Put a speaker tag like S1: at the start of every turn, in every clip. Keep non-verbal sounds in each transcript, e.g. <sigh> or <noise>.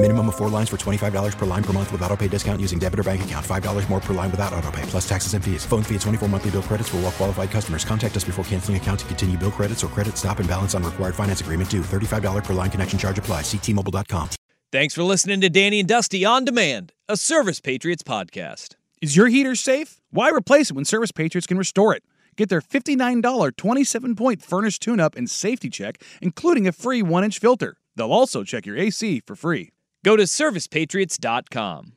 S1: Minimum of four lines for $25 per line per month with auto pay discount using debit or bank account. $5 more per line without auto pay, plus taxes and fees. Phone fee at 24 monthly bill credits for all well qualified customers. Contact us before canceling account to continue bill credits or credit stop and balance on required finance agreement due. $35 per line connection charge applies. Ctmobile.com.
S2: Thanks for listening to Danny and Dusty on Demand, a Service Patriots podcast.
S3: Is your heater safe? Why replace it when Service Patriots can restore it? Get their $59 27 point furnace tune up and safety check, including a free 1 inch filter. They'll also check your AC for free.
S2: Go to servicepatriots.com.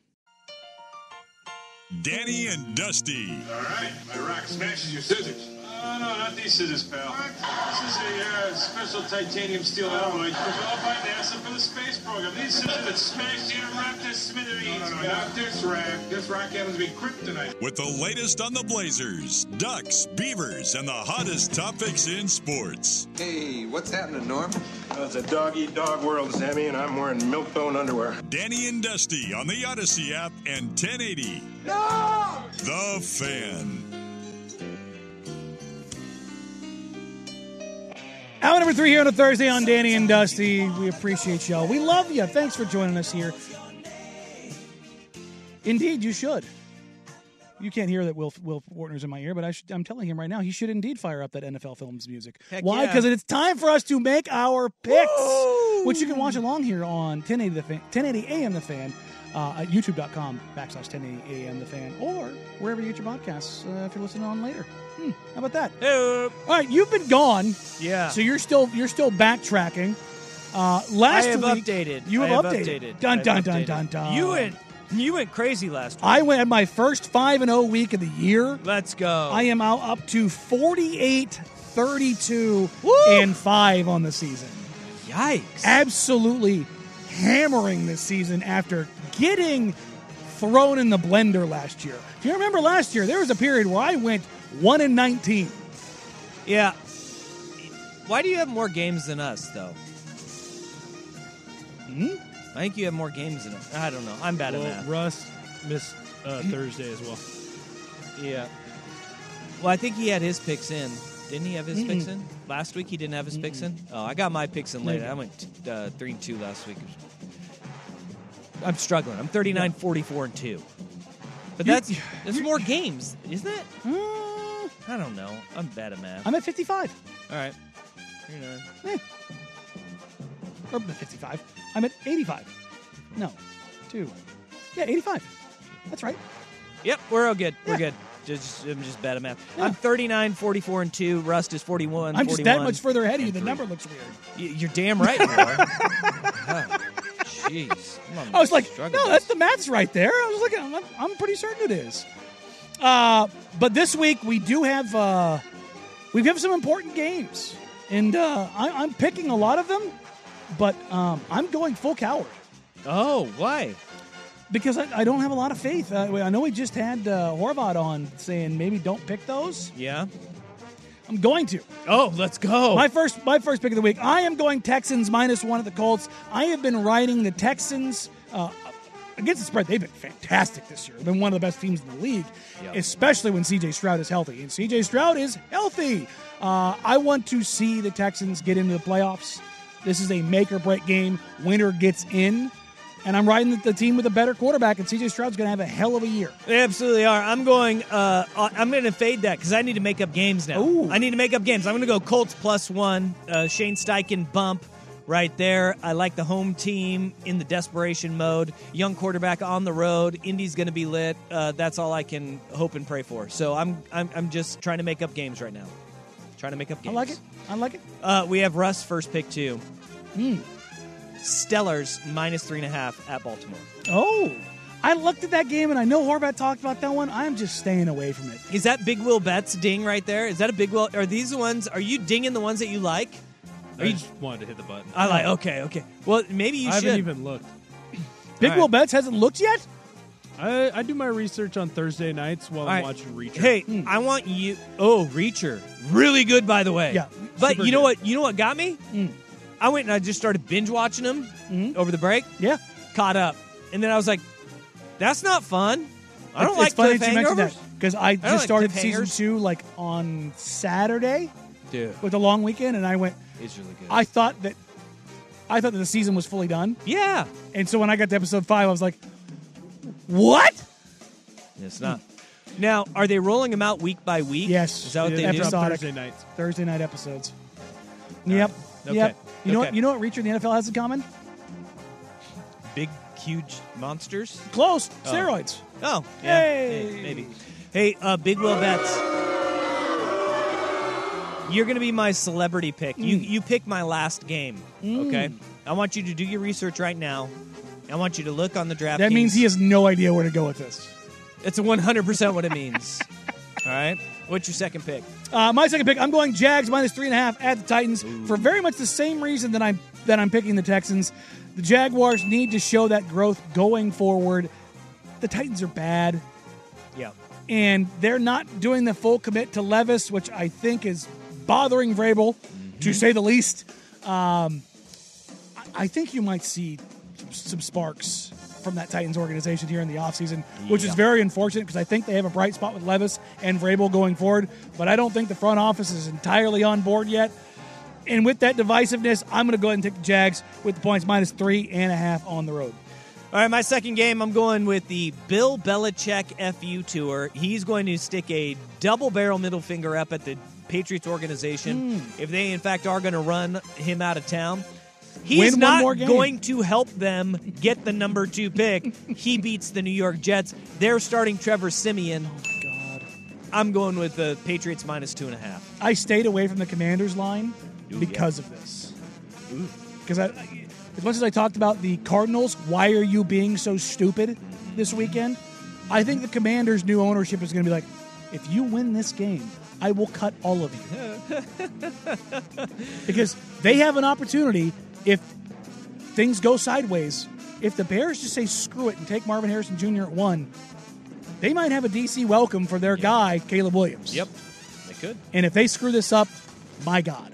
S4: Danny and Dusty.
S5: All right, my rock smashes your scissors. Oh, no, not these scissors, pal. This is a uh, special titanium steel alloy developed by NASA for the space program. These scissors that smash the Raptor smithereens. No, no, no, not this rock. This rock happens to be kryptonite.
S4: With the latest on the Blazers, Ducks, Beavers, and the hottest topics in sports.
S6: Hey, what's happening, Norm?
S5: Well, it's a dog eat dog world, Sammy, and I'm wearing milk bone underwear.
S4: Danny and Dusty on the Odyssey app and 1080.
S6: No!
S4: The Fan.
S7: Hour number three here on a Thursday on Danny and Dusty. We appreciate y'all. We love you. Thanks for joining us here. Indeed, you should. You can't hear that Will Will Fortner's in my ear, but I should, I'm telling him right now he should indeed fire up that NFL Films music.
S2: Heck
S7: Why?
S2: yeah.
S7: Because it's time for us to make our picks, which you can watch along here on 1080 the fan, 1080 AM the fan. Uh, at youtube.com backslash 1080 AM the fan or wherever you get your podcasts uh, if you're listening on later. Hmm, how about that?
S2: Hey,
S7: All right, you've been gone.
S2: yeah.
S7: So you're still you're still backtracking. Uh, last
S8: I have
S7: week,
S8: updated.
S7: You
S8: I
S7: have, updated. Dun
S8: I
S7: dun
S8: have
S7: dun
S8: updated.
S7: dun dun.
S8: You went, you went crazy last week.
S7: Um, I went at my first five and zero week of the year.
S8: Let's go.
S7: I am out up to 48, 32,
S8: Woo!
S7: and five on the season.
S8: Yikes.
S7: Absolutely hammering this season after getting thrown in the blender last year. If you remember last year, there was a period where I went one and nineteen.
S8: yeah. Why do you have more games than us, though? Hmm?
S7: Hmm?
S8: I think you have more games than us. I don't know. I'm bad
S9: Well,
S8: at math.
S9: Russ missed uh, Thursday as well.
S8: Yeah. Well, I think he had his picks in. Didn't he have his
S7: Hmm.
S8: picks in? Last week he didn't have his picks in? Oh, I got my picks in later. I went uh, 3 and 2 last week. I'm struggling. I'm 39, 44, and 2. But
S7: You- <laughs>
S8: that's,
S7: you-
S8: that's more games, isn't it?
S7: Uh,
S8: I don't know. I'm bad at math.
S7: I'm at fifty five.
S8: All right. You're not.
S7: Eh. Or not 55. I'm at 85. No, two. Yeah, 85. That's right.
S8: Yep, we're all good. We're
S7: Yeah.
S8: good. Just, I'm just bad at math.
S7: Yeah.
S8: I'm 39, 44, and 2. Rust is 41.
S7: I'm just that
S8: 41.
S7: much further ahead of you. The
S8: and
S7: number
S8: three.
S7: looks weird.
S8: Y- You're damn right you <laughs> are. Oh, Jeez. I'm on
S7: I was like,
S8: struggle
S7: no,
S8: bus.
S7: that's the math's right there. I was looking. I'm, I'm pretty certain it is. Uh, but this week we do have uh, we have some important games, and uh, I, I'm picking a lot of them, but um, I'm going full coward.
S8: Oh, why?
S7: Because I, I don't have a lot of faith. Uh, I know we just had uh, Horvat on saying maybe don't pick those.
S8: Yeah.
S7: I'm going to.
S8: Oh, let's go.
S7: My first my first pick of the week. I am going Texans minus one at the Colts. I have been riding the Texans uh, against the spread. They've been fantastic this year. They've been one of the best teams in the league,
S8: Yeah.
S7: especially when CJ Stroud is healthy. And CJ Stroud is healthy. Uh, I want to see the Texans get into the playoffs. This is a make or break game. Winner gets in. And I'm riding the- the team with a better quarterback, and CJ Stroud's going to have a hell of a year.
S8: They absolutely are. I'm going. Uh, uh, I'm going to fade that because I need to make up games now.
S7: Ooh.
S8: I need to make up games. I'm going to go Colts plus one. Uh, Shane Steichen bump right there. I like the home team in the desperation mode. Young quarterback on the road. Indy's going to be lit. Uh, that's all I can hope and pray for. So I'm, I'm I'm just trying to make up games right now. Trying to make up
S7: I
S8: games.
S7: like it. I like it.
S10: Hmm.
S8: Uh, we have Russ first pick too. Stellars minus three and a half at Baltimore.
S10: Oh, I looked at that game and I know Horvat talked about that one. I'm just staying away from it.
S8: Is that Big Will Betts ding right there? Is that a Big Will? Are these the ones? Are you dinging the ones that you like? Are
S7: I
S8: you,
S7: just wanted to hit the button.
S8: I like. Okay, okay. Well, maybe you
S7: I
S8: should.
S7: haven't even looked.
S10: Big
S7: All
S10: Will
S7: right.
S10: Betts hasn't looked yet.
S7: I, I do my research on Thursday nights while
S8: All
S7: I'm
S8: right.
S7: watching Reacher.
S8: Hey,
S10: Hmm.
S8: I want you. Oh, Reacher, really good, by the way.
S10: Yeah, Hmm.
S8: but
S7: super
S8: you know
S7: good.
S8: what? You know what got me? I went and I just started binge watching them over the break.
S10: Yeah,
S8: caught up, and then I was like, "That's not fun. I don't
S10: It's-
S8: like
S10: it's funny that you mentioned
S8: cliffhangers."
S10: that because I,
S8: don't
S10: just
S8: like
S10: started season
S8: cliffhangers.
S10: two like on Saturday
S8: Dude,
S10: with a long weekend, and I went.
S8: it's really good.
S10: I thought that I thought that the season was fully done,
S8: yeah,
S10: and so when I got to episode five, I was like, "What?"
S8: it's not. Now, are they rolling them out week by week?
S10: Yes.
S8: Is that what
S10: Yeah, that's
S8: they do?
S10: what I'm Episodic.
S7: Thursday nights.
S10: Thursday night episodes. Yep.
S8: Okay.
S10: Yep. You know what?
S8: Okay.
S10: You know what? Reacher and the NFL has in common?
S8: Big, huge monsters.
S10: Close.
S8: Oh.
S10: Steroids.
S8: Oh, yeah,
S10: Hey.
S8: hey, maybe. Hey, uh, Big Will Betts, you're gonna be my celebrity pick. You
S10: Mm.
S8: you pick my last game, okay? I want you to do your research right now. I want you to look on the draft.
S10: That means he has no idea where to go with this.
S8: It's 100 percent what it means. <laughs> All right. What's your second pick?
S10: Uh, my second pick, I'm going Jags minus three and a half at the Titans for very much the same reason that I'm that I'm picking the Texans. The Jaguars need to show that growth going forward. The Titans are bad,
S8: Yeah.
S10: and they're not doing the full commit to Levis, which I think is bothering Vrabel,
S8: Mm-hmm.
S10: to say the least. Um, I- I think you might see some sparks from that Titans organization here in the offseason, which is very unfortunate because I think they have a bright spot with Levis and Vrabel going forward, but I don't think the front office is entirely on board yet. And with that divisiveness, I'm going to go ahead and take the Jags with the points minus three and a half on the road.
S8: All right, my second game, I'm going with the Bill Belichick FU tour. He's going to stick a double barrel middle finger up at the Patriots organization
S10: Hmm.
S8: if they, in fact, are going to run him out of town.
S10: Win
S8: He's
S10: one
S8: not
S10: more game.
S8: going to help them get the number two pick.
S10: <laughs>
S8: he beats the New York Jets. They're starting Trevor Simeon.
S10: Oh God. Ah.
S8: I'm going with the Patriots minus two and a half.
S10: I stayed away from the commander's line
S8: Ooh,
S10: because of this. Because I, I- as much as I talked about the Cardinals, why are you being so stupid this weekend? I think the commander's new ownership is going to be like, if you win this game, I will cut all of you. because they have an opportunity if things go sideways. If the Bears just say screw it and take Marvin Harrison Jr. at one, they might have a DC welcome for their guy, Caleb Williams.
S8: They could.
S10: And if they screw this up, my God.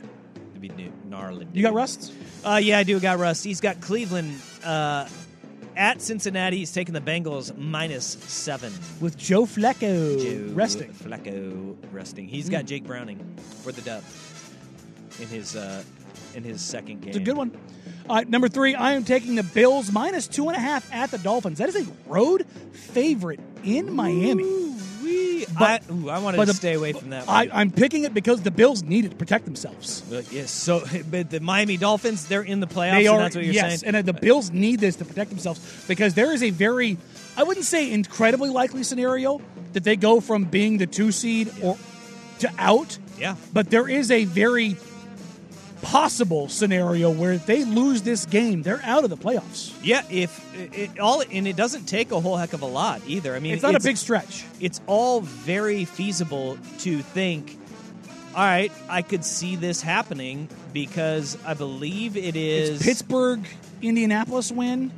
S8: It'd be new- gnarly.
S10: You got rusts?
S8: Uh, yeah, I do got Russ. He's got Cleveland uh, at Cincinnati. He's taking the Bengals minus seven.
S10: With Joe Flacco
S8: Joe
S10: resting. Hmm.
S8: Flacco resting. He's got Jake Browning for the dub in his uh, in his second game.
S10: It's a good one. All right, number three, I am taking the Bills minus two and a half at the Dolphins. That is a road favorite in Miami.
S8: Wee.
S10: But-
S8: I, ooh, I wanted
S10: but
S8: to
S10: the-
S8: stay away from that.
S10: I,
S8: one.
S10: I'm picking it because the Bills need it to protect themselves.
S8: Look, yes. So, <laughs> but the Miami Dolphins, they're in the playoffs.
S10: They
S8: and
S10: are,
S8: that's what you're
S10: yes,
S8: saying.
S10: and the Bills need this to protect themselves because there is a very, I wouldn't say incredibly likely scenario that they go from being the two seed or to out
S8: yeah.
S10: But there is a very possible scenario where if they lose this game, they're out of the playoffs.
S8: Yeah, if it, it, all and it doesn't take a whole heck of a lot either. I mean,
S10: it's not a big stretch.
S8: It's all very feasible to think. All right, I could see this happening because I believe it is
S10: It's Pittsburgh, Indianapolis win,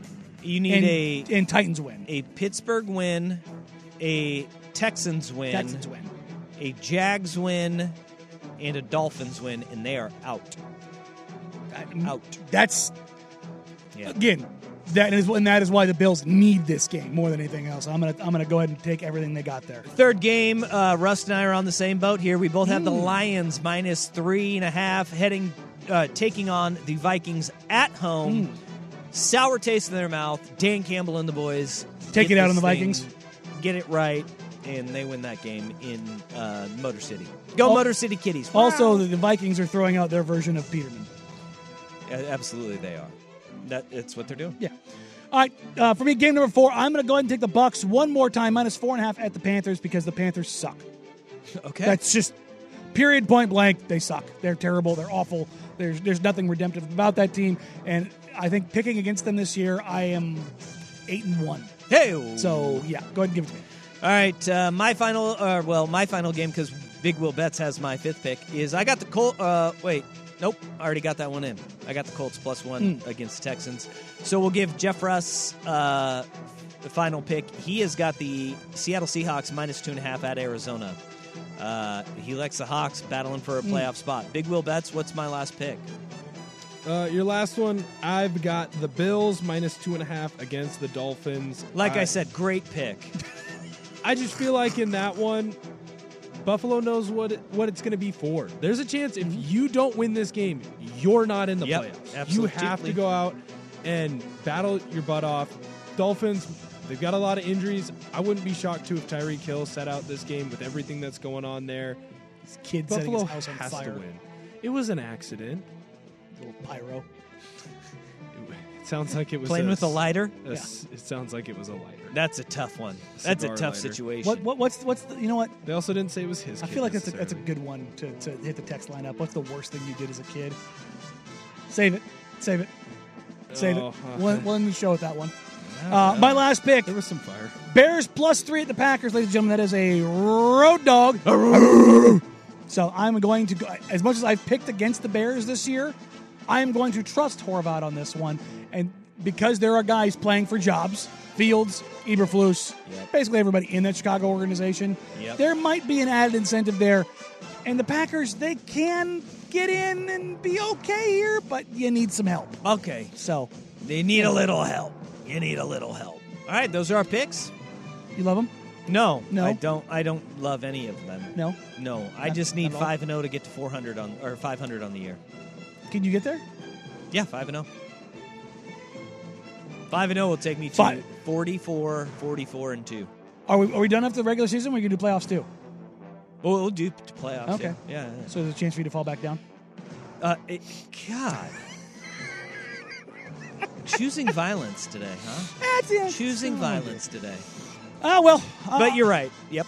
S8: You need
S10: and,
S8: a
S10: and Titans win.
S8: a Pittsburgh win, a Texans win,
S10: Texans win.
S8: a Jags win, and a Dolphins win, and they are out. Out.
S10: That's
S8: Yeah.
S10: again. That is, and that is why the Bills need this game more than anything else. I'm gonna, I'm gonna go ahead and take everything they got there.
S8: Third game, uh, Russ and I are on the same boat here. We both have the
S10: Hmm.
S8: Lions minus three and a half, heading, uh, taking on the Vikings at home.
S10: Hmm.
S8: Sour taste in their mouth. Dan Campbell and the boys
S10: Take
S8: get
S10: it out on
S8: this
S10: the Vikings.
S8: get it right, and they win that game in uh, Motor City. Go
S10: Al-
S8: Motor City Kitties!
S10: Also, the Vikings are throwing out their version of Peterman.
S8: Yeah, absolutely, they are. That it's what they're doing. <laughs>
S10: Yeah. All right. Uh, for me, game number four, I'm going to go ahead and take the Bucks one more time, minus four and a half at the Panthers because the Panthers suck.
S8: Okay.
S10: That's just period point blank. They suck. They're terrible. They're awful. There's there's nothing redemptive about that team. And I think picking against them this year, I am eight and one.
S8: Hey.
S10: So yeah, go ahead and give it to me.
S8: All right, uh, my final, uh, well, my final game because Big Will Betts has my fifth pick is I got the Colt. Uh, wait, nope, I already got that one in. I got the Colts plus one
S10: Mm.
S8: against the Texans. So we'll give Jeff Russ uh, the final pick. He has got the Seattle Seahawks minus two and a half at Arizona. Uh, he likes the Hawks battling for a
S7: Mm.
S8: playoff spot. Big Will Betts, what's my last pick?
S7: Uh, your last one, I've got the Bills minus two and a half against the Dolphins.
S8: Like I said, great pick.
S7: I just feel like in that one, Buffalo knows what it, what it's going to be for. There's a chance if you don't win this game, you're not in the
S8: Mm-hmm. Yep,
S7: playoffs.
S8: absolutely.
S7: You have to go out and battle your butt off. Dolphins, they've got a lot of injuries. I wouldn't be shocked too if Tyreek Hill set out this game with everything that's going on there.
S10: This kid setting
S7: Buffalo
S10: his house on
S7: has
S10: fire.
S7: to win. It was an accident.
S10: Little pyro.
S7: It sounds like it was
S8: Playing
S7: a
S8: with a
S7: s-
S8: lighter?
S7: a s- It sounds like it was a lighter.
S8: That's a tough one.
S7: A
S8: That's a
S7: cigar
S8: tough
S7: lighter.
S8: situation.
S10: What, what what's what's the, you know what?
S7: They also didn't say it was his.
S10: I
S7: kid
S10: feel like that's a, that's a
S7: necessarily.
S10: good one to, to hit the text line up. What's the worst thing you did as a kid? Save it. Save it. Save
S7: Oh,
S10: it.
S7: huh.
S10: We'll, we'll end the show with that one.
S7: I
S10: Uh,
S7: don't know.
S10: my last pick.
S7: There was some fire.
S10: Bears plus three at the Packers, ladies and gentlemen. That is a road dog. so I'm going to go. As much as I've picked against the Bears this year, I am going to trust Horvat on this one, and because there are guys playing for jobs, Fields, Eberflus, basically everybody in that Chicago organization,
S8: Yep.
S10: there might be an added incentive there. And the Packers, they can get in and be okay here, but you need some help.
S8: Okay.
S10: So
S8: They need a little help. You need a little help. All right, those are our picks.
S10: you love them?
S8: No,
S10: No.
S8: I don't. I don't love any of them.
S10: No.
S8: No, I
S10: Not-
S8: just
S10: not
S8: need
S10: at all?
S8: five and zero to get to four hundred on or five hundred on the year.
S10: Can you get there?
S8: Yeah, five and zero. Five and zero will take me to
S10: Five.
S8: 44, 44 and two.
S10: Are we, are we done after the regular season? We can do playoffs too.
S8: Well, we'll do to playoffs.
S10: Okay.
S8: Yeah. yeah, yeah.
S10: So there's a chance for you to fall back down.
S8: Uh, it,
S10: <laughs>
S8: God. Choosing violence today, huh?
S10: That's it.
S8: Choosing violence today.
S10: Oh well. uh,
S8: But you're right. Yep.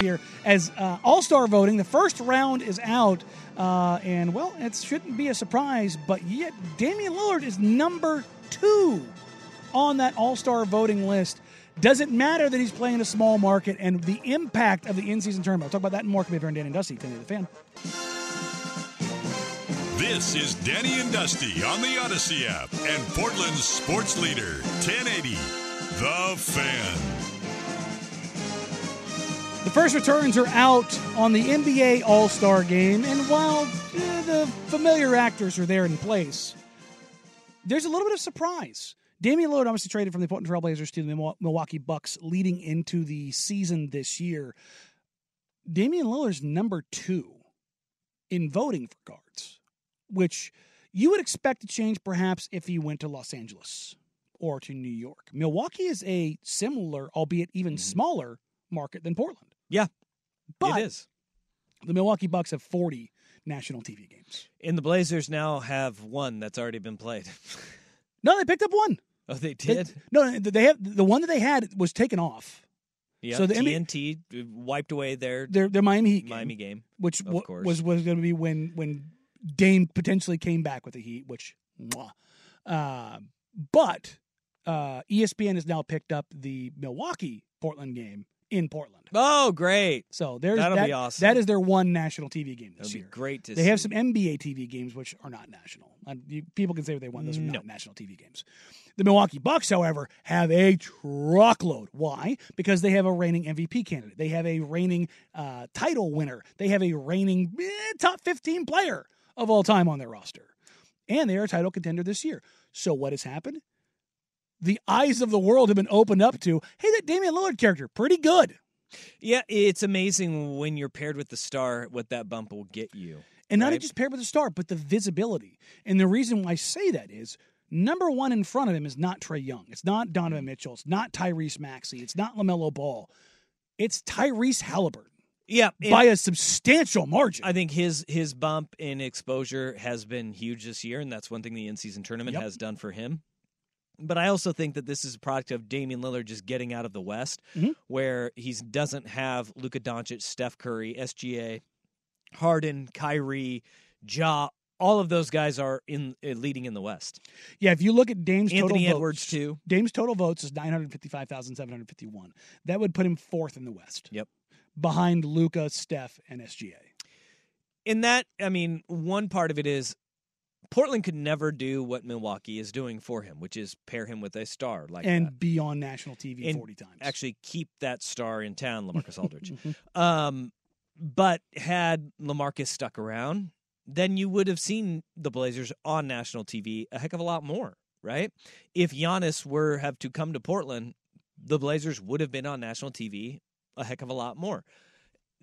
S10: here as uh, All Star voting. The first round is out, uh, and well, it shouldn't be a surprise, but yet Damian Lillard is number two on that All Star voting list. Doesn't matter that he's playing in a small market and the impact of the in season tournament. I'll talk about that and more. Coming up here on Dan and Dusty, Kenny the Fan.
S4: This is Danny and Dusty on the Odyssey app and Portland's sports leader, 1080, The Fan.
S10: The first returns are out on the NBA All Star game, and while eh, the familiar actors are there in place, there's a little bit of surprise. Damian Lillard obviously traded from the Portland Trail Blazers to the Mil- Milwaukee Bucks leading into the season this year. Damian Lillard's number two in voting for guards, which you would expect to change perhaps if he went to Los Angeles or to New York. Milwaukee is a similar, albeit even smaller, market than Portland.
S8: Yeah.
S10: But
S8: it is.
S10: The Milwaukee Bucks have 40 national TV games.
S8: And the Blazers now have one that's already been played. <laughs>
S10: No, they picked up one.
S8: oh, they
S10: They-
S8: did?
S10: no, no, they have the one that they had was taken off.
S8: yeah.
S10: so the NBA
S8: TNT wiped away their,
S10: their their Miami Heat game,
S8: Miami game.
S10: which
S8: of
S10: wa-
S8: course.
S10: was was going to be when when Dame potentially came back with the Heat, which, mwah. Uh, but uh, ESPN has now picked up the Milwaukee Portland game in Portland.
S8: Oh, great!
S10: So there's
S8: That'll
S10: that-
S8: be awesome.
S10: That is their one national TV game this
S8: That'll be
S10: year.
S8: great to
S10: They have
S8: see.
S10: some NBA TV games which are not national. And you, people can say what they want; those are not national TV games. The Milwaukee Bucks, however, have a truckload. Why? Because they have a reigning MVP candidate. They have a reigning uh, title winner. They have a reigning eh, top 15 player of all time on their roster. And they are a title contender this year. So what has happened? The eyes of the world have been opened up to, hey, that Damian Lillard character, pretty good.
S8: Yeah, it's amazing when you're paired with the star what that bump will get you.
S10: And not
S8: right?
S10: just paired with the star, but the visibility. And the reason why I say that is number one in front of him is not Trey Young. It's not
S8: Mm.
S10: Donovan Mitchell. It's not Tyrese Maxey. It's not LaMelo Ball. It's Tyrese Halliburton.
S8: Yeah,
S10: by a substantial margin.
S8: I think his his bump in exposure has been huge this year, and that's one thing the in season tournament
S10: Yep.
S8: has done for him. But I also think that this is a product of Damian Lillard just getting out of the West,
S10: Mm-hmm.
S8: where he doesn't have Luka Doncic, Steph Curry, SGA, Harden, Kyrie, Ja. All of those guys are in uh, leading in the West.
S10: Yeah, if you look at Dame's total
S8: Anthony
S10: votes,
S8: Edwards, too.
S10: Dame's total votes is 955,751. That would put him fourth in the West.
S8: Yep.
S10: Behind Luca, Steph, and SGA.
S8: in that i mean one part of it is portland could never do what milwaukee is doing for him which is pair him with a star like
S10: and
S8: that.
S10: be on national TV
S8: And
S10: 40 times.
S8: actually keep that star in town lamarcus aldridge um, but had lamarcus stuck around then you would have seen the blazers on national tv a heck of a lot more right if Giannis were have to come to portland the blazers would have been on national tv a heck of a lot more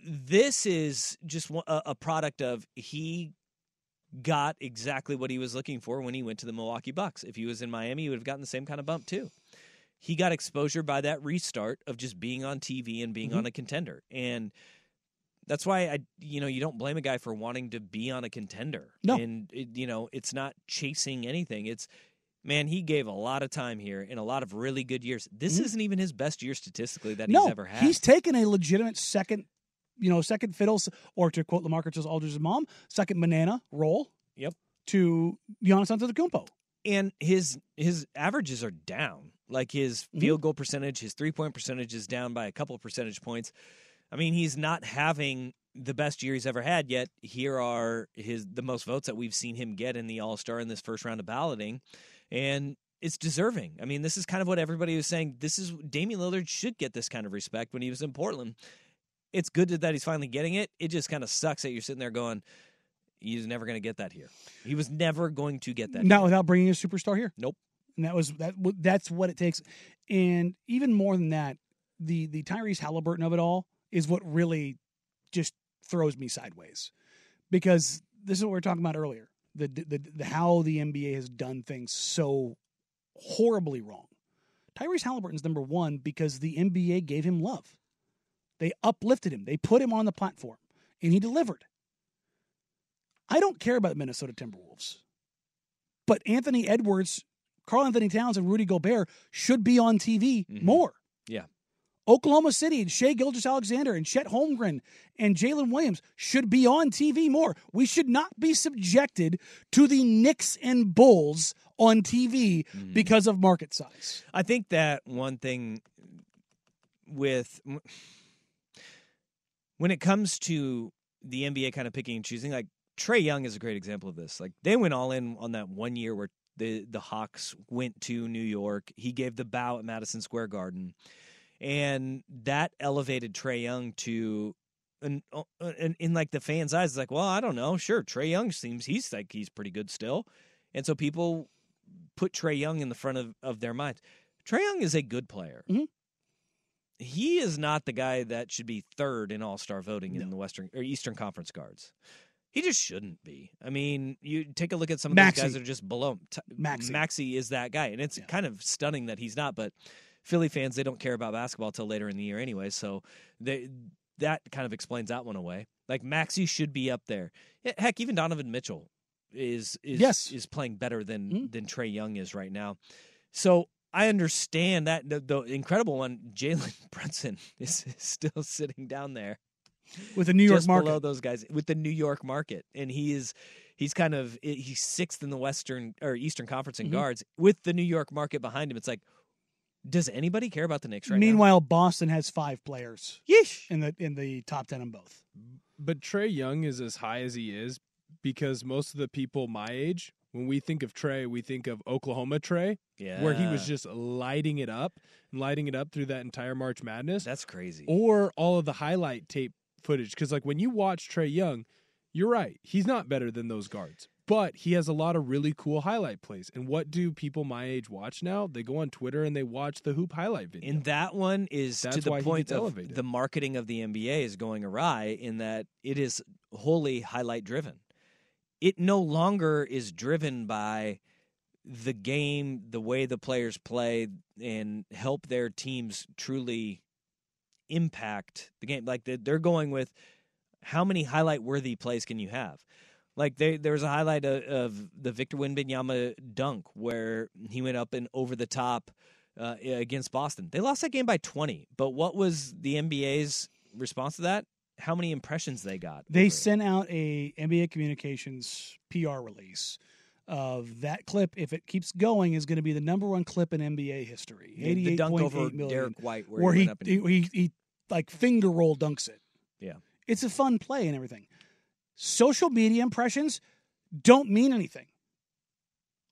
S8: this is just one- a, a product of he got exactly what he was looking for when he went to the Milwaukee Bucks. If he was in Miami, he would have gotten the same kind of bump too. He got exposure by that restart of just being on TV and being
S10: Mm-hmm.
S3: Mhm.
S8: on a contender. And that's why I you know, you don't blame a guy for wanting to be on a contender.
S10: No.
S8: And it, you know, it's not chasing anything. It's man, he gave a lot of time here and a lot of really good years. This
S10: Mhm.
S8: isn't even his best year statistically that
S10: no,
S8: he's ever had.
S10: He's taken a legitimate second, you know, second fiddle, s- or to quote Lamarcus Aldridge's mom, second banana role.
S8: Yep.
S10: To Giannis Antetokounmpo.
S8: and his his averages are down. Like his field goal percentage, his three point percentage is down by a couple of percentage points. I mean, he's not having the best year he's ever had yet. Here are his the most votes that we've seen him get in the All Star in this first round of balloting, and it's deserving. I mean, this is kind of what everybody was saying. This is Damian Lillard should get this kind of respect when he was in Portland. It's good that he's finally getting it. It just kind of sucks that you're sitting there going, "He's never going to get that here. He was never going to get that."
S10: Not without bringing a superstar here.
S8: Nope.
S10: And that was that. w- That's what it takes. And even more than that, the the Tyrese Halliburton of it all is what really just throws me sideways, because this is what we were talking about earlier. The the, the how the NBA has done things so horribly wrong. Tyrese Halliburton's number one because the NBA gave him love. They uplifted him. They put him on the platform, and he delivered. I don't care about the Minnesota Timberwolves, but Anthony Edwards, Carl Anthony Towns, and Rudy Gobert should be on TV more.
S8: Mm-hmm. Yeah.
S10: Oklahoma City and Shea Gilgis Alexander and Chet Holmgren and Jalen Williams should be on TV more. We should not be subjected to the Knicks and Bulls on TV
S8: Mm.
S10: because of market size.
S8: I think that one thing with when it comes to the NBA kind of picking and choosing, like Trey Young is a great example of this. Like they went all in on that one year where the the Hawks went to New York. He gave the bow at Madison Square Garden, and that elevated Trey Young to. And, and in like the fans' eyes, it's like, well, I don't know. Sure, Trey Young seems he's like he's pretty good still, and so people put Trey Young in the front of, of their minds. Trey Young is a good player. He is not the guy that should be third in All Star voting in the Western or Eastern Conference guards. He just shouldn't be. I mean, you take a look at some of
S10: Maxey.
S8: these guys that are just below him. T-
S10: Maxey.
S8: Maxey is that guy, and it's kind of stunning that he's not. But Philly fans, they don't care about basketball till later in the year anyway, so they that kind of explains that one away. Like Maxi should be up there. Yeah, Heck, even Donovan Mitchell is is
S10: Yes.
S8: is playing better than than Trey Young is right now. So I understand that the, the incredible one, Jalen <laughs> Brunson, is, is still sitting down there
S10: with the New York
S8: just
S10: market.
S8: below those guys with the New York market, and he is he's kind of he's sixth in the Western or Eastern Conference in
S7: Mm-hmm.
S10: Mhm.
S8: guards with the New York market behind him. It's like, does anybody care about the Knicks right now?
S10: Meanwhile, Boston has five players.
S8: Yeesh.
S10: In the in the top ten in both.
S7: But Trey Young is as high as he is because most of the people my age, when we think of Trey, we think of Oklahoma Trey, where he was
S8: Yeah.
S7: just lighting it up and lighting it up through that entire March Madness.
S8: That's crazy.
S7: Or all of the highlight tape footage. Because, like, when you watch Trey Young, you're right. He's not better than those guards, but he has a lot of really cool highlight plays. And what do people my age watch now? They go on Twitter and they watch the hoop highlight video.
S8: And that one is
S7: That's
S8: to the
S7: why he
S8: point
S7: gets
S8: of
S7: elevated.
S8: the marketing of the NBA is going awry in that it is wholly highlight driven. It no longer is driven by the game, the way the players play, and help their teams truly impact the game. Like they're- they're going with how many highlight worthy plays can you have? Like they, there was a highlight of, of the Victor Wembanyama dunk where he went up and over the top uh, against Boston. They lost that game by 20. But what was the NBA's response to that? How many impressions they got?
S10: They sent out a NBA communications PR release of that clip. If it keeps going, is going to be the number one clip in NBA history.
S8: The- the
S10: Eighty-eight
S8: dunk
S10: point
S8: over
S10: eight million.
S8: Derek White, where,
S10: where
S8: he,
S10: he
S8: went up and
S10: he, he he like finger roll dunks it.
S8: yeah.
S10: It's a fun play and everything. Social media impressions don't mean anything.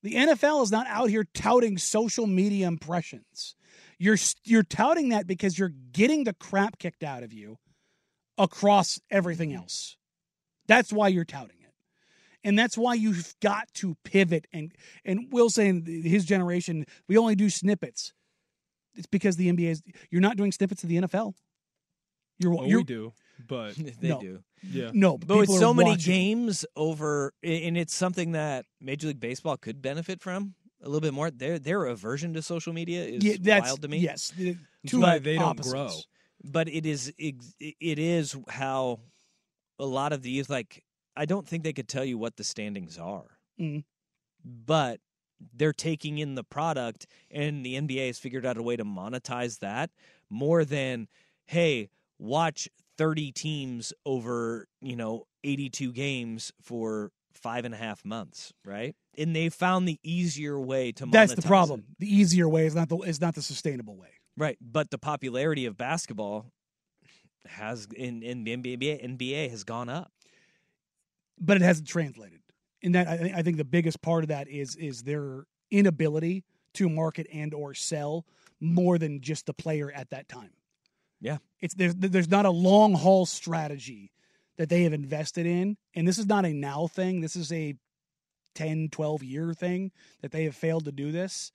S10: The NFL is not out here touting social media impressions. You're you're touting that because you're getting the crap kicked out of you across
S8: Mm-hmm.
S10: everything else. That's why you're touting it. And that's why you've got to pivot and and Will saying his generation, we only do snippets. It's because the NBA is you're not doing snippets of the NFL. You're,
S7: Oh,
S10: you're
S7: we do, but
S8: <laughs> they
S10: No.
S8: do.
S7: Yeah.
S10: No,
S8: but with
S10: people are
S8: so many
S10: watching.
S8: games over, and it's something that Major League Baseball could benefit from a little bit more. Their their aversion to social media is
S10: Yeah, that's-
S8: wild to me.
S10: yes, the-
S7: two Why they don't opposites. grow.
S8: But it is ex- it is how a lot of these like I don't think they could tell you what the standings are,
S10: Mm.
S8: but they're taking in the product, and the NBA has figured out a way to monetize that more than hey, watch 30 teams over, you know, 82 games for five and a half months, right? And they found the easier way to monetize.
S10: That's the
S8: it.
S10: problem. The easier way is not the is not the sustainable way.
S8: Right. But the popularity of basketball has in, in the NBA, NBA has gone up.
S10: but it hasn't translated. And that I, think- I think the biggest part of that is is their inability to market and or sell more than just the player at that time.
S8: Yeah.
S10: It's there's there's not a long haul strategy that they have invested in, and this is not a now thing. This is a 10, 12 year thing that they have failed to do this,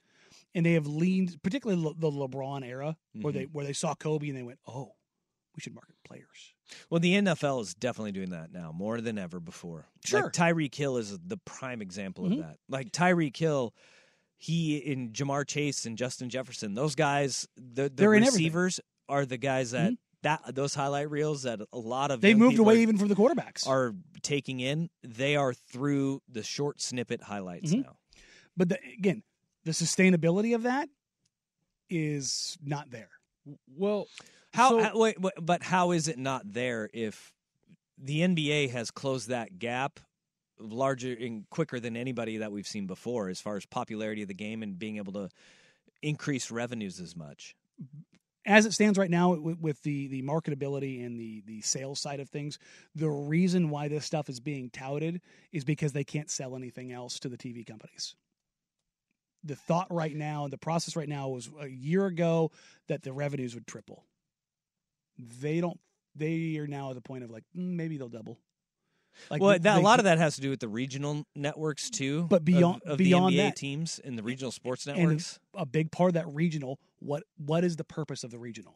S10: and they have leaned particularly Le- the LeBron era where
S8: Mm-hmm.
S10: they where they saw Kobe and they went, oh, we should market players.
S8: Well, the NFL is definitely doing that now more than ever before.
S10: Sure.
S8: Like Tyreek Hill is the prime example
S10: Mhm.
S8: of that. Like Tyreek Hill, he in Jamar Chase and Justin Jefferson, those guys, the, the
S10: They're in everything. Mm-hmm.
S8: receivers are the guys that, that those highlight reels that a lot of
S10: They've
S8: young
S10: moved
S8: people
S10: away
S8: are-
S10: even from the quarterbacks.
S8: are taking in. They are through the short snippet highlights
S10: Mhm.
S8: now.
S10: But the, again, the sustainability of that is not there.
S7: Well,
S8: How, how wait, wait, but how is it not there if the NBA has closed that gap larger and quicker than anybody that we've seen before as far as popularity of the game and being able to increase revenues as much?
S10: as it stands right now with, with the the marketability and the the sales side of things, the reason why this stuff is being touted is because they can't sell anything else to the TV companies. The thought right now and the process right now was a year ago that the revenues would triple. They don't. They are now at the point of like mm, maybe they'll double.
S8: well,
S10: they-
S8: that, a
S10: they-
S8: lot of that has to do with the regional networks too,
S10: But
S8: of-
S10: beyond-
S8: of,
S10: beyond
S8: the NBA
S10: that-
S8: teams and the regional sports
S10: and
S8: networks
S10: a big part of that regional. What what is the purpose of the regional?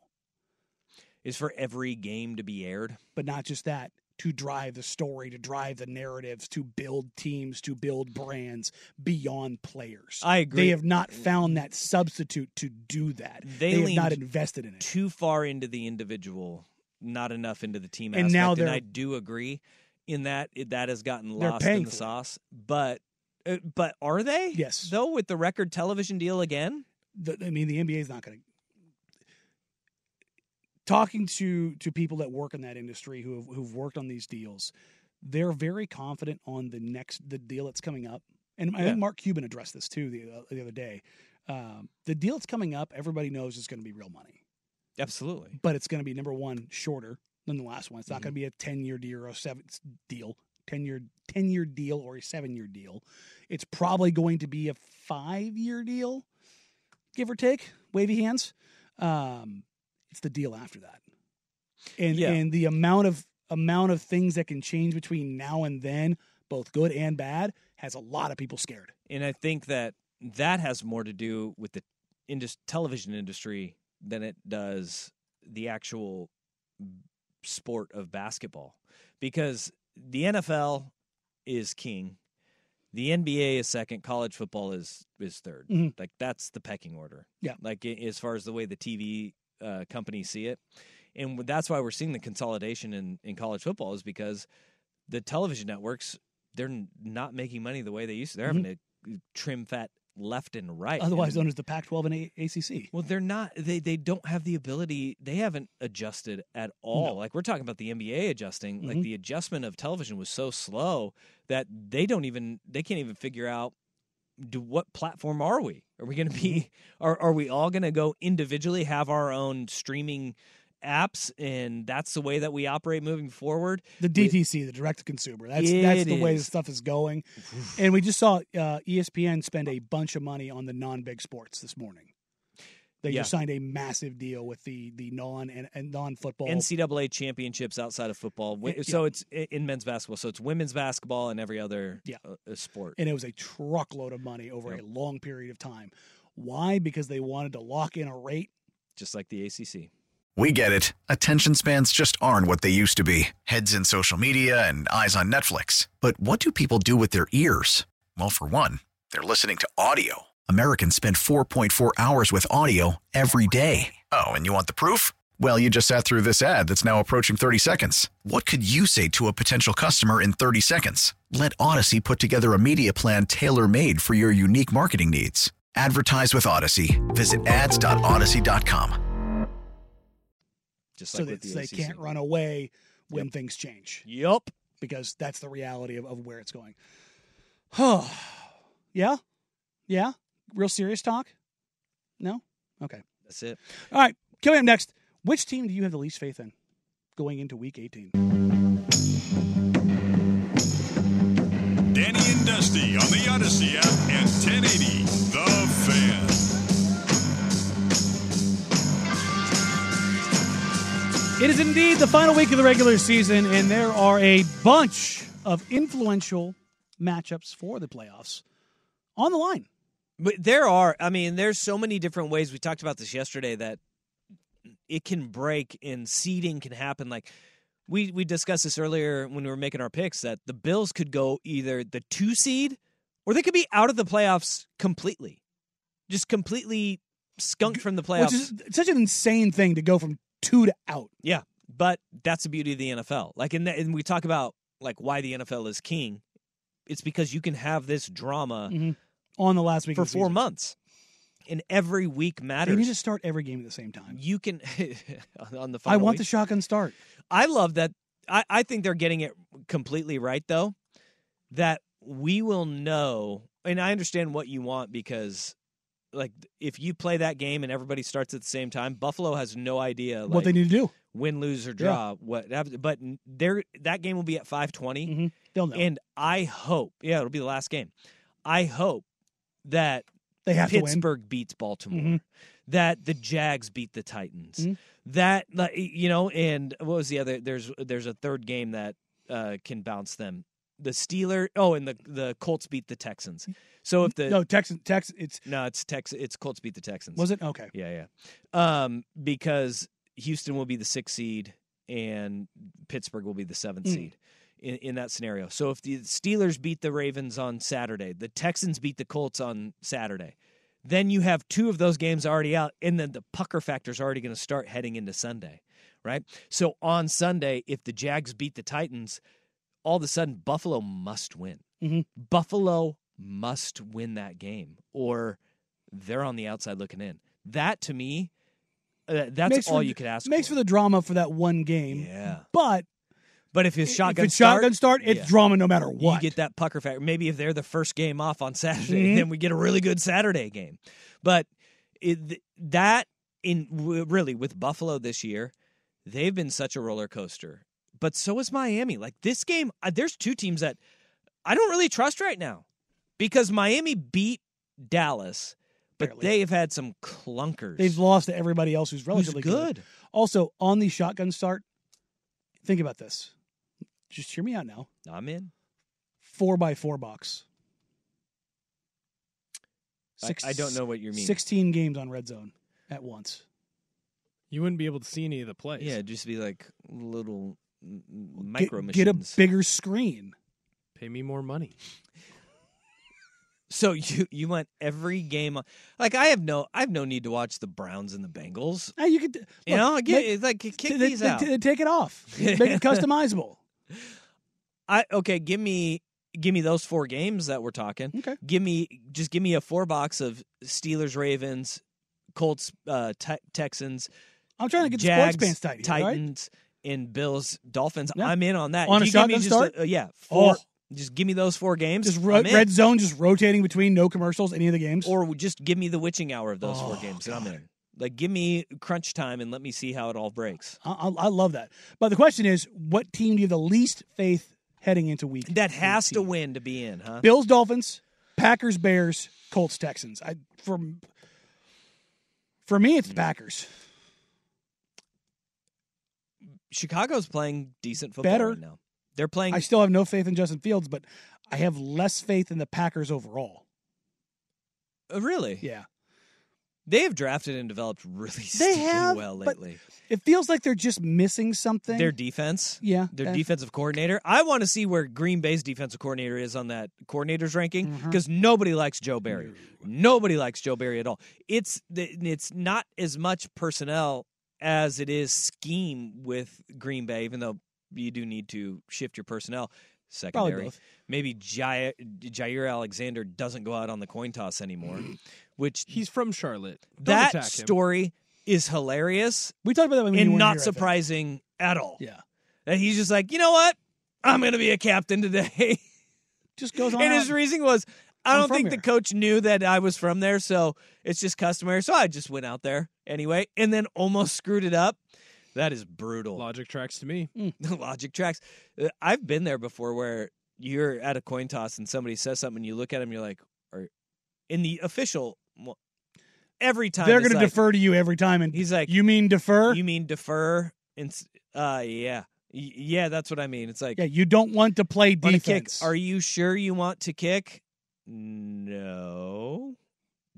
S8: is for every game to be aired.
S10: but not just that to drive the story to drive the narratives to build teams to build brands beyond players
S8: I agree.
S10: they have not found that substitute to do that they,
S8: They
S10: have not
S8: leaned
S10: invested in it
S8: Too far into the individual not enough into the team
S10: And
S8: aspect.
S10: now
S8: and
S10: they're-
S8: I do agree in that it, that has gotten
S10: They're
S8: lost
S10: paying
S8: in the
S10: for it.
S8: sauce. But uh, but are they? Yes. Though with the record television deal again.
S10: The, I mean, the NBA is not going to. Talking to to people that work in that industry who have, who've worked on these deals, they're very confident on the next the deal that's coming up. And I
S8: Yeah.
S10: think Mark Cuban addressed this too the uh, the other day. Um, the deal that's coming up, everybody knows is going to be real money,
S8: Absolutely.
S10: but it's going to be number one shorter than the last one. It's not
S8: Mm-hmm.
S10: going to be a ten year deal or a seven deal, ten year ten year deal or a seven year deal. It's probably going to be a five year deal give or take, wavy hands. Um, it's the deal after that, and
S8: Yeah.
S10: and the amount of amount of things that can change between now and then, both good and bad, has a lot of people scared.
S8: and I think that that has more to do with the indus- television industry than it does the actual sport of basketball, because the NFL is king, the NBA is second, college football is is 3rd
S10: Mhm.
S8: Like that's the pecking order.
S10: Yeah.
S8: like i- as far as the way the TV uh, companies see it, and that's why we're seeing the consolidation in in college football is because the television networks they're n- not making money the way they used to. They're having to uh, trim fat left and right.
S10: Mm-hmm. Otherwise known
S8: and,
S10: as the Pac-12 and a- ACC.
S8: well, they're not. They they don't have the ability. They haven't adjusted at all.
S10: No.
S8: Like we're talking about the NBA adjusting. Like
S10: Mhm.
S8: the adjustment of television was so slow that they don't even they can't even figure out. Do what platform are we? Are we going
S10: Mm-hmm.
S8: to be? <laughs> Are are we all going to go individually have our own streaming apps, and that's the way that we operate moving forward?
S10: The DTC, the direct to consumer. That's that's
S8: It
S10: the way
S8: is.
S10: the stuff is going. and we just saw uh, ESPN spend a bunch of money on the non-big sports this morning. They
S8: Yeah.
S10: just signed a massive deal with the the non and, and non-football
S8: NCAA championships outside of football. Wi-
S10: Yeah,
S8: So
S10: yeah.
S8: it's i- in men's basketball. So it's women's basketball and every other
S10: Yeah.
S8: uh, uh, sport.
S10: and it was a truckload of money over
S8: Yep.
S10: a long period of time. Why? Because they wanted to lock in a rate.
S8: just like the ACC.
S3: We get it. Attention spans just aren't what they used to be heads in social media and eyes on Netflix. But what do people do with their ears? Well, for one, they're listening to audio. Americans spend 4.4 hours with audio every day. Oh, and you want the proof? Well, you just sat through this ad that's now approaching 30 seconds. What could you say to a potential customer in 30 seconds? Let Odyssey put together a media plan tailor made for your unique marketing needs. Advertise with Odyssey. Visit ads.odyssey.com.
S8: Just
S10: so
S8: like
S10: that
S8: with the E
S10: they
S8: ACC.
S10: can't run away when things change.
S8: Yep.
S10: Because that's the reality of, of where it's going. Huh. yeah? Yeah? Real serious talk? No? Okay.
S8: That's it.
S10: All right. Coming up next, which team do you have the least faith in going into week 18?
S4: Danny and Dusty on the Odyssey app and 1080 The Fan.
S10: It is indeed the final week of the regular season, and there are a bunch of influential matchups for the playoffs on the line.
S8: But there are, I mean, there's so many different ways. We talked about this yesterday that it can break and seeding can happen. Like we we discussed this earlier when we were making our picks that the Bills could go either the two seed or they could be out of the playoffs completely, just completely skunked from the playoffs.
S10: Which is such an insane thing to go from two to out.
S8: Yeah, but that's the beauty of the NFL. Like, and, and we talk about like why the NFL is king. It's because you can have this drama
S10: Mhm. on the last week
S8: Uh, for
S10: of the
S8: four
S10: season.
S8: months, and every week
S10: They
S8: matters.
S10: need to start every game at the same time.
S8: you can <laughs> on the.
S10: I
S8: Final
S10: want
S8: week.
S10: the shotgun start.
S8: I love that. I, I think they're getting it completely right, though, that we will know. And I understand what you want because, like, if you play that game and everybody starts at the same time, Buffalo has no idea
S10: what they
S8: like,
S10: need to do.
S8: win, lose, or draw. What? happens- But there, that game will be at five
S10: They'll know.
S8: Mm-hmm. And I hope, yeah, it'll be the last game. I hope that
S10: They have to win.
S8: Pittsburgh beats Baltimore,
S10: Mhm.
S8: that the Jags beat the Titans,
S10: Mhm.
S8: that like, you know, and what was the other? There's there's a third game that uh, can bounce them. The Steeler, oh, and the the Colts beat the Texans. So if the
S10: no, Texan, Texan, it's
S8: no, it's Tex. It's Colts beat the Texans.
S10: Was it? Okay.
S8: Yeah, yeah. Um, because Houston will be the sixth seed and Pittsburgh will be the seventh
S10: Mm.
S8: seed in, in that scenario. So if the Steelers beat the Ravens on Saturday, the Texans beat the Colts on Saturday, then you have two of those games already out, and then the pucker factor is already going to start heading into Sunday, right? So on Sunday, if the Jags beat the Titans, all of a sudden Buffalo must win.
S10: Mm-hmm.
S8: Buffalo must win that game, or they're on the outside looking in. That to me, uh, that's
S10: Makes
S8: all
S10: for-
S8: you could ask.
S10: Makes for the drama for that one game. Yeah. But
S8: But if his
S10: If
S8: shotgun
S10: it's shotgun start, it's drama no matter
S8: You
S10: what.
S8: get that pucker factor. Maybe if they're the first game off on Saturday,
S10: Mhm.
S8: then we get a really good Saturday game. But it, th- that in w- really with Buffalo this year, they've been such a roller coaster. But so is Miami. Like this game, uh, there's two teams that I don't really trust right now because Miami beat Dallas, but they've had some clunkers.
S10: they've lost to everybody else who's relatively good. Also, on the shotgun start, think about this. Just hear me out now.
S8: I'm in.
S10: Four by four box.
S8: I- I don't know what you mean.
S10: Sixteen games on red zone at once.
S7: You wouldn't be able to see any of the plays.
S8: Yeah, it'd just be like little m- m-
S10: Get-
S8: micro
S10: get a
S8: machines.
S10: bigger screen.
S7: Pay me more money.
S8: So <laughs> you you want every game on- like I have no I have no need to watch the Browns and the Bengals.
S10: Now you could,
S8: You know, I get- like, kick
S10: t-
S8: these
S10: t-
S8: out.
S10: t- take it
S8: <laughs>
S10: off. Make it customizable.
S8: I okay, give me give me those four games that we're talking.
S10: Okay.
S8: Give me just give me a four box of Steelers, Ravens, Colts, uh, Te- Texans.
S10: I'm trying to get the sports
S8: Jags,
S10: pants tight here, right?
S8: Titans and Bills, Dolphins. I'm in on that.
S10: On a
S8: If you give me
S10: shotgun
S8: just
S10: start?
S8: uh, yeah. Four,
S10: Oh.
S8: Just give me those four games.
S10: Just ro-
S8: I'm in.
S10: red zone, just rotating between no commercials, any of the games.
S8: or just give me the witching hour of those four
S10: Oh,
S8: games and I'm in. Like give me crunch time and let me see how it all breaks.
S10: I, I, I love that. But the question is, what team do you have the least faith heading into week?
S8: That has to win to be in, huh?
S10: Bills, Dolphins, Packers, Bears, Colts, Texans. I from for me, it's the Packers.
S8: Chicago's playing decent football
S10: Better.
S8: right now. They're playing.
S10: I still have no faith in Justin Fields, but I have less faith in the Packers overall.
S8: Uh, really?
S10: Yeah.
S8: They have drafted and developed really
S10: They
S8: stinking
S10: have
S8: well
S10: but
S8: lately.
S10: It feels like they're just missing something.
S8: Their defense.
S10: Yeah,
S8: Their
S10: uh,
S8: defensive coordinator. I want to see where Green Bay's defensive coordinator is on that coordinator's ranking
S10: Mm-hmm.
S8: because nobody likes Joe Barry. Nobody likes Joe Barry at all. It's th- it's not as much personnel as it is scheme with Green Bay, even though you do need to shift your personnel. Secondary.
S10: both.
S8: Maybe Jair, Jair Alexander doesn't go out on the coin toss
S10: <clears throat>
S8: anymore, which
S7: he's from Charlotte. Don't
S8: that
S7: attack him.
S8: story is hilarious
S10: We talked about that when you
S8: and
S10: weren't
S8: not
S10: here, I think.
S8: surprising at all.
S10: Yeah.
S8: That he's just like, you know what? I'm going to be a captain today. <laughs>
S10: Just goes on
S8: and
S10: out.
S8: his reasoning was, I
S10: I'm
S8: don't
S10: from
S8: think
S10: here.
S8: the coach knew that I was from there, so it's just customary. So I just went out there anyway, and then almost screwed it up. That is brutal.
S7: Logic tracks to
S10: Hmm.
S7: me.
S8: <laughs> Logic tracks. Uh, I've been there before, where you're at a coin toss and somebody says something, and you look at them, you're like, "Are," in the official. well, Every time
S10: They're
S8: it's
S10: going to
S8: like,
S10: defer to you every time, and
S8: He's like,
S10: you mean defer?
S8: you mean defer? And s- uh, yeah, Y- yeah, that's what I mean. It's like
S10: yeah, you don't want to play
S8: "Wanna kick.
S10: defense.
S8: Are you sure you want to kick? No.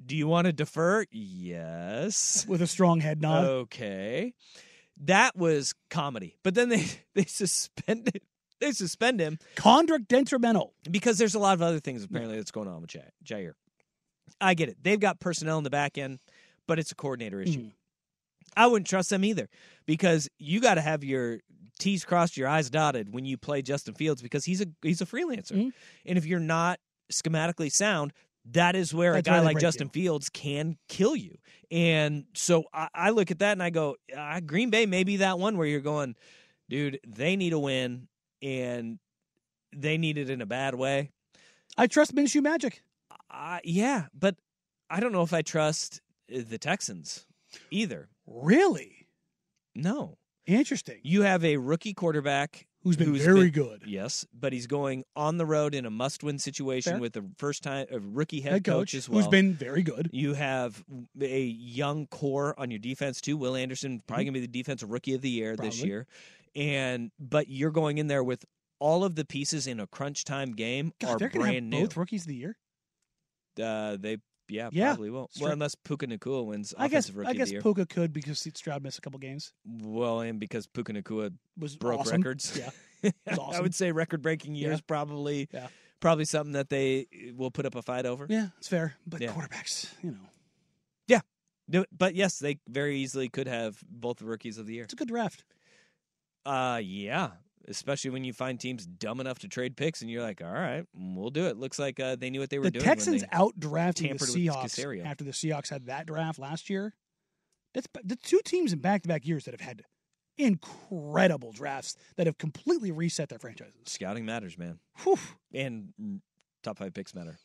S8: Do you want to defer? Yes.
S10: with a strong head <laughs> nod.
S8: Oh. Okay. That was comedy. But then they <laughs> they suspended they suspend him
S10: Chondric detrimental.
S8: because there's a lot of other things apparently that's going on with Ja- Jair. I get it. They've got personnel in the back end, but it's a coordinator issue.
S10: Mm.
S8: I wouldn't trust them either because you got to have your T's crossed, your I's dotted when you play Justin Fields because he's a he's a freelancer,
S10: Mm-hmm.
S8: and if you're not schematically sound, that is where
S10: That's
S8: a
S10: why
S8: guy
S10: they
S8: like
S10: break
S8: Justin Fields can kill you. And so I, I look at that and I go, uh, Green Bay may be that one where you're going, dude, they need a win and they need it in a bad way.
S10: I trust Minshew Magic.
S8: I yeah, but I don't know if I trust uh, the Texans either.
S10: Really?
S8: No.
S10: Interesting.
S8: You have a rookie quarterback
S10: Who's been very good.
S8: Yes, but he's going on the road in a must-win situation
S10: Fair.
S8: with the first time a rookie head,
S10: Head
S8: coach,
S10: coach,
S8: as well.
S10: who's been very good.
S8: You have a young core on your defense too. Will Anderson probably going to be the defensive rookie of the year this
S10: Mm-hmm. Probably.
S8: year. And but you're going in there with all of the pieces in a crunch time game
S10: God,
S8: are
S10: they're going to have
S8: brand new.
S10: both rookies of the year.
S8: Uh, they yeah,
S10: Yeah,
S8: probably will.
S10: it's
S8: Well,
S10: true.
S8: unless Puka Nakua wins
S10: I guess
S8: offensive rookie
S10: I
S8: of
S10: guess
S8: the year.
S10: Puka could because Stroud missed a couple games.
S8: well, and because Puka Nakua
S10: Was
S8: broke
S10: awesome.
S8: records.
S10: Yeah.
S8: I- I
S10: awesome.
S8: would say record breaking years probably
S10: Yeah.
S8: probably something that they will put up a fight over.
S10: Yeah, it's fair. But
S8: <laughs> Yeah.
S10: quarterbacks, you know,
S8: Yeah. No, But yes, they very easily could have both the rookies of the year.
S10: it's a good draft.
S8: Uh, yeah. Especially when you find teams dumb enough to trade picks, and you're like, "All right, we'll do it." Looks like uh, they knew what they were
S10: The
S8: doing.
S10: Texans
S8: when they
S10: outdrafted the
S8: tampered with
S10: Seahawks
S8: Caserio.
S10: after the Seahawks had that draft last year. That's the two teams in back-to-back years that have had incredible drafts that have completely reset their franchises.
S8: Scouting matters, man. And mm, top five picks matter.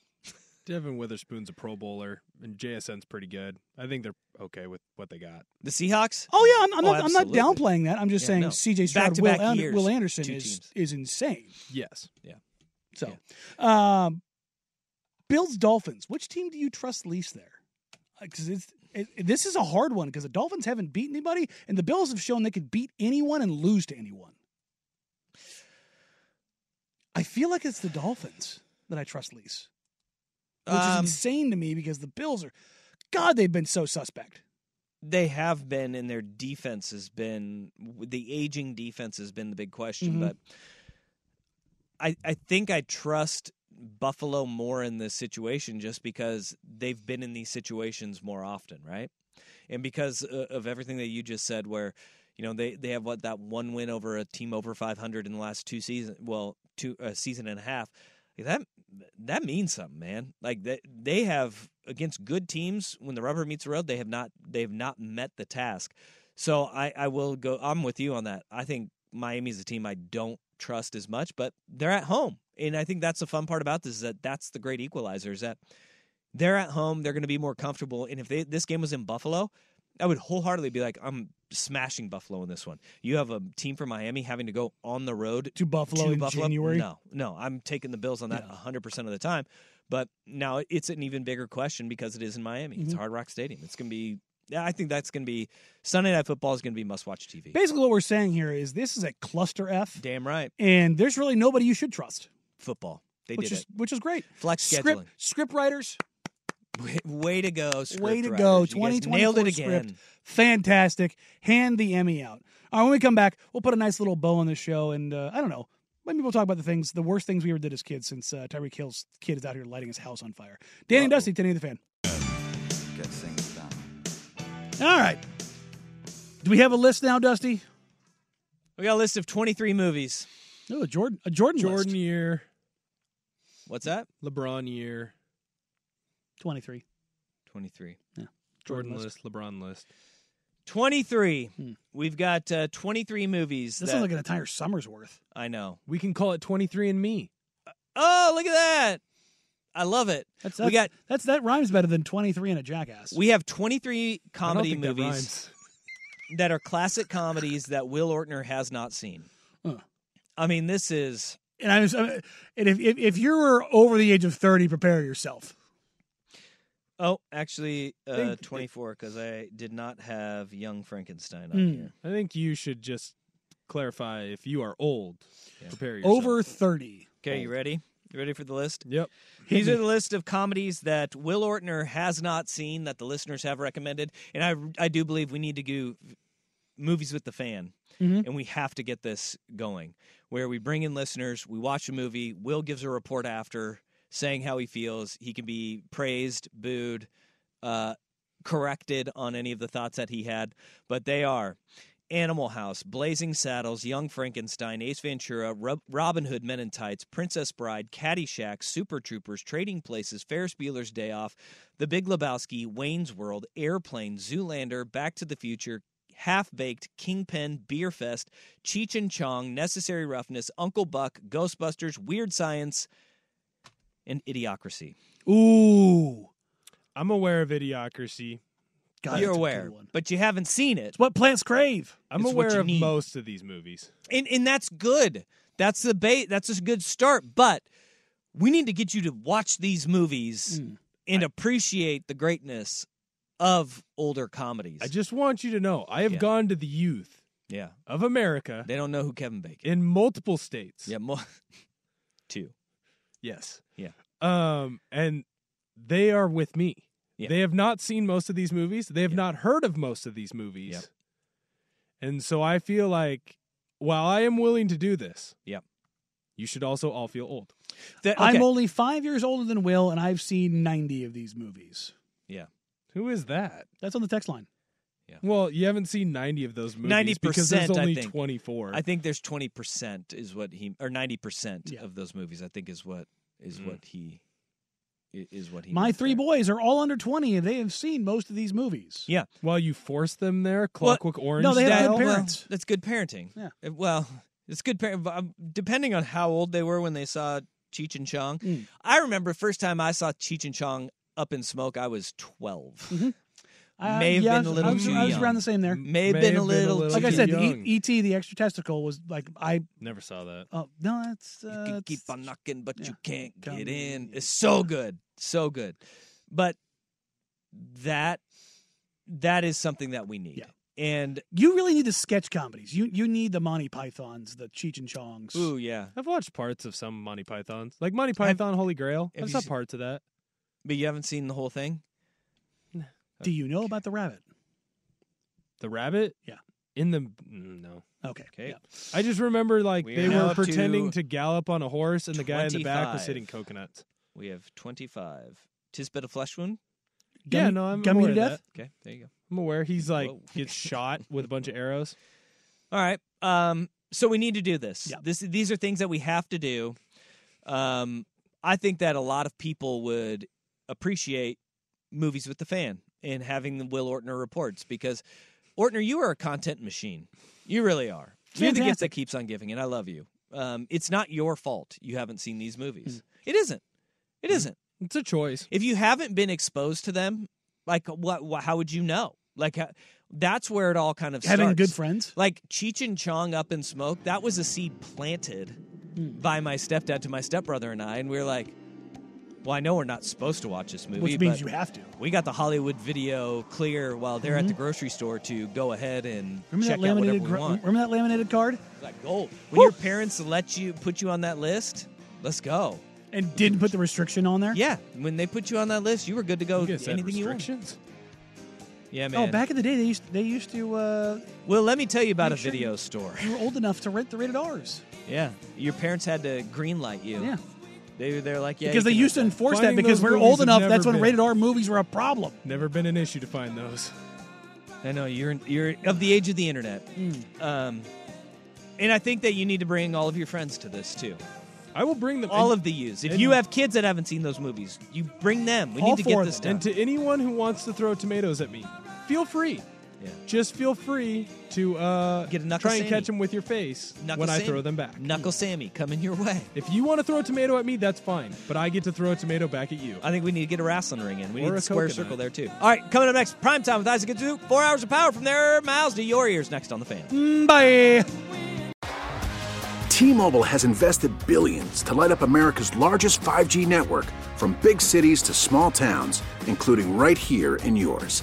S7: Devin Witherspoon's a Pro Bowler, and JSN's pretty good. I think they're okay with what they got.
S8: The Seahawks?
S10: Oh yeah, I'm, I'm
S7: Oh,
S10: not. I'm not downplaying that. I'm just
S7: Yeah,
S10: saying
S7: no.
S10: C.J. Stroud, Will,
S7: Back-to-back
S10: An-
S7: years,
S10: Will Anderson
S7: two
S10: is
S7: teams.
S10: is insane.
S7: Yes.
S8: Yeah.
S10: So, um, Bills Dolphins. Which team do you trust least there? Because it's it, it- this is a hard one because the Dolphins haven't beat anybody, and the Bills have shown they could beat anyone and lose to anyone. I feel like it's the Dolphins that I trust least, which is
S8: Um,
S10: insane to me because the Bills are, God, they've been so suspect.
S8: They have been, and their defense has been the aging defense has been the big question.
S10: Mhm.
S8: But I, I think I trust Buffalo more in this situation just because they've been in these situations more often, right? And because uh, of everything that you just said, where you know they they have what that one win over a team over 500 in the last two season, well, two a season and a half. That that means something, man. Like they they have against good teams when the rubber meets the road, they have not they have not met the task. So I I will go. I'm with you on that. I think Miami's a team I don't trust as much, but they're at home, and I think that's the fun part about this is that that's the great equalizer is that they're at home, they're going to be more comfortable, and if they this game was in Buffalo. I would wholeheartedly be like, I'm smashing Buffalo in this one. You have a team from Miami having to go on the road
S10: to Buffalo in January?
S8: No, no, I'm taking the Bills on that 100% of the time. But now it's an even bigger question because it is in Miami. It's
S10: Mhm.
S8: Hard Rock Stadium. It's going to be, yeah, I think that's going to be, Sunday Night Football is going to be must watch TV.
S10: Basically, what we're saying here is this is a cluster F.
S8: Damn right.
S10: And there's really nobody you should trust.
S8: Football. They
S10: which
S8: did
S10: is
S8: it.
S10: which is great.
S8: Flex
S10: script,
S8: scheduling.
S10: script writers,
S8: Way, <laughs> way to go. Script
S10: way to go.
S8: writers. You guys
S10: Twenty twenty
S8: Nailed it again.
S10: Script, fantastic. Hand the Emmy out. All right, when we come back, we'll put a nice little bow on this show, and uh, I don't know. Maybe we'll talk about the things, the worst things we ever did as kids, since uh, Tyreek Hill's kid is out here lighting his house on fire. Danny and Dusty, Danny the fan.
S1: Get things done.
S10: All right. Do we have a list now, Dusty?
S8: We got a list of 23 movies.
S10: No, a Jordan, a Jordan,
S7: Jordan year,
S8: What's that?
S7: LeBron year,
S10: twenty three.
S8: 23.
S7: Jordan,
S8: Jordan
S7: list. LeBron list.
S8: 23.
S10: Hmm.
S8: We've got uh, 23 movies.
S7: This
S8: that-
S7: sounds like an
S10: entire summer's worth.
S8: I know.
S7: We can call it 23 and Me.
S8: Oh, look at that. I love it.
S10: That's,
S8: we got
S10: that's that rhymes better than twenty three and a jackass.
S8: We have 23 comedy
S10: think that
S8: movies
S10: rhymes.
S8: <laughs> that, are classic comedies that Will Ortner has not seen.
S10: Huh.
S8: I mean, this is
S10: and I'm, just, I'm- and if, if if you're over the age of thirty, prepare yourself.
S8: oh, actually uh,
S10: Think-
S8: 24 because I did not have Young Frankenstein on here.
S7: I think you should just clarify if you are old. Prepare yourself.
S10: Over thirty.
S8: Okay, you ready? You ready for the list?
S7: Yep.
S8: These are the list of comedies that Will Ortner has not seen that the listeners have recommended, and I I do believe we need to do movies with the fan,
S10: Mhm.
S8: and we have to get this going where we bring in listeners, we watch a movie, Will gives a report after saying how he feels. He can be praised, booed, uh, corrected on any of the thoughts that he had, but they are. Animal House, Blazing Saddles, Young Frankenstein, Ace Ventura, Rob- Robin Hood, Men in Tights, Princess Bride, Caddyshack, Super Troopers, Trading Places, Ferris Bueller's Day Off, The Big Lebowski, Wayne's World, Airplane, Zoolander, Back to the Future, Half Baked, Kingpin, Beer Fest, Cheech and Chong, Necessary Roughness, Uncle Buck, Ghostbusters, Weird Science, and Idiocracy.
S10: Ooh.
S7: I'm aware of Idiocracy.
S10: God,
S8: You're
S10: that's a good
S8: aware, but you haven't seen it.
S10: What plants crave?
S7: I'm
S8: It's what
S7: aware
S8: you
S7: of
S8: need.
S7: most of these movies.
S8: and and that's good. That's the bait. That's a good start. But we need to get you to watch these movies
S10: Hmm.
S8: and appreciate the greatness of older comedies.
S7: I just want you to know I have
S8: Yeah.
S7: gone to the youth
S8: yeah,
S7: of America
S8: they don't know who Kevin Bacon.
S7: in multiple states.
S8: Yeah, mo- <laughs> two.
S7: Yes.
S8: Yeah.
S7: Um, and they are with me.
S8: Yeah.
S7: They have not seen most of these movies. They have not heard of most of these movies.
S8: Yep.
S7: And so I feel like while I am willing to do this,
S8: Yep.
S7: you should also all feel old.
S8: That-
S10: I'm
S8: okay.
S10: only five years older than Will, and I've seen ninety of these movies.
S8: Yeah,
S7: Who is that?
S10: That's on the text line.
S7: Well, you haven't seen 90 of those movies
S8: Ninety
S7: because
S8: percent,
S7: there's only
S8: I think.
S7: 24.
S8: I think there's twenty percent is what he or ninety percent of those movies. I think is what is
S7: Mm.
S8: what he i- is what he.
S10: My
S8: meant.
S10: three boys are all under 20 and they have seen most of these movies.
S8: Yeah.
S7: While you force them there, Clockwork Orange.
S10: no, they have
S7: style.
S10: good parents.
S8: That's good parenting.
S10: Yeah.
S8: Uh, Well, it's good parent. but, um, Depending on how old they were when they saw Cheech and Chong,
S10: Mm.
S8: I remember first time I saw Cheech and Chong up in smoke. I was 12
S10: Uh,
S8: May have
S10: yeah, I
S8: been a
S10: was-
S8: little
S10: I was,
S8: too
S10: I was
S8: young.
S10: around the same there.
S8: May have May been a have been a little little
S10: Like I
S8: too
S10: said, the
S8: young.
S10: e- ET, the extra testicle was like I.
S7: Never saw that.
S10: Oh no, that's uh,
S8: You
S10: that's-
S8: keep on knocking, but you can't
S10: Come
S8: get in. It's so good, so good. But that that is something that we need. And
S10: You really need the sketch comedies. You you need the Monty Pythons, the Cheech and Chongs.
S8: ooh, yeah.
S7: I've watched parts of some Monty Pythons, like Monty Python, Holy Grail.
S8: have
S7: I
S8: you
S7: saw
S8: se-
S7: parts of that.
S8: But you haven't seen the whole thing.
S10: Do you know about the rabbit?
S7: The rabbit.
S10: Yeah.
S7: In the mm, no.
S10: Okay.
S7: Okay. I just remember like
S8: We
S7: they
S8: are now
S7: were
S8: up to
S7: pretending to gallop on a horse, and the guy in the back was
S8: 25.
S7: hitting coconuts.
S8: We have twenty five. Tis but a flesh wound.
S7: yeah,
S10: Gummy-
S7: no, I'm
S10: gummy
S7: aware
S10: to
S7: of
S10: death?
S7: that.
S8: Okay, there you go.
S7: I'm aware he's like gets shot with a bunch of arrows.
S8: All right. Um, so we need to do this. This these are things that we have to do. Um, I think that a lot of people would appreciate movies with the fan and having the Will Ortner reports because Ortner, you are a content machine. You really are. You're the gift that keeps on giving, and I love you. Um, it's not your fault you haven't seen these movies. It isn't. It isn't.
S7: Mm-hmm. It's a choice.
S8: If you haven't been exposed to them, like what? what how would you know? Like how, that's where it all kind of
S10: Having
S8: starts.
S10: good friends.
S8: Like Cheech and Chong up in smoke, that was a seed planted
S10: Hmm.
S8: by my stepdad to my stepbrother and I, and we were like, "Well, I know we're not supposed to watch this movie,
S10: Which means
S8: but
S10: you have to.
S8: We got the Hollywood video clear while they're at
S10: Mhm.
S8: the grocery store to go ahead and
S10: Remember
S8: check
S10: that
S8: out whatever
S10: laminated?
S8: we
S10: gra-
S8: want.
S10: remember that laminated card?
S8: Like gold. When your parents let you put you on that list, let's go.
S10: And didn't put the restriction on there.
S8: Yeah, when they put you on that list, you were good to go.
S7: guys had
S8: Anything you want. Yeah, man.
S10: Oh, back in the day, they used they used to. Uh,
S8: Well, let me tell you about
S10: Make
S8: a
S10: sure
S8: video store.
S10: you were old enough to rent the rated R's
S8: Yeah, your parents had to greenlight you.
S10: Yeah.
S8: they they're like yeah
S10: because
S8: you
S10: they
S8: can
S10: used to
S8: rent that.
S10: enforce
S7: Finding
S10: that because
S7: those
S10: we we're
S7: movies
S10: old
S7: have
S10: enough.
S7: never
S10: That's when
S7: been.
S10: rated R movies were a problem.
S7: Never been an issue to find those.
S8: I know you're you're of the age of the internet,
S7: Mm.
S8: um, and I think that you need to bring all of your friends to this too.
S7: I will bring them
S8: All
S7: and-
S8: of the youths. If
S7: and-
S8: you have kids that haven't seen those movies, you bring them. We
S7: All
S8: need to get
S7: four of
S8: this
S7: them.
S8: done.
S7: And to anyone who wants to throw tomatoes at me, feel free.
S8: Yeah.
S7: Just feel free to uh,
S8: Get a knuckle
S7: try and
S8: Sammy.
S7: catch them with your face
S8: Knuckle
S7: when I
S8: Sammy.
S7: throw them back.
S8: Knuckle Sammy coming your way.
S7: If you want to throw a tomato at me, that's fine. But I get to throw a tomato back at you.
S8: I think we need to get a wrestling ring in. We
S7: Or
S8: need
S7: a
S8: a square
S7: coconut.
S8: circle there too. All right, coming up next, prime time with Isaac and Duke. Four hours of power from their mouths to your ears. Next on the fan.
S10: Bye.
S11: T-Mobile has invested billions to light up America's largest 5G network from big cities to small towns, including right here in yours.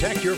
S1: Protect your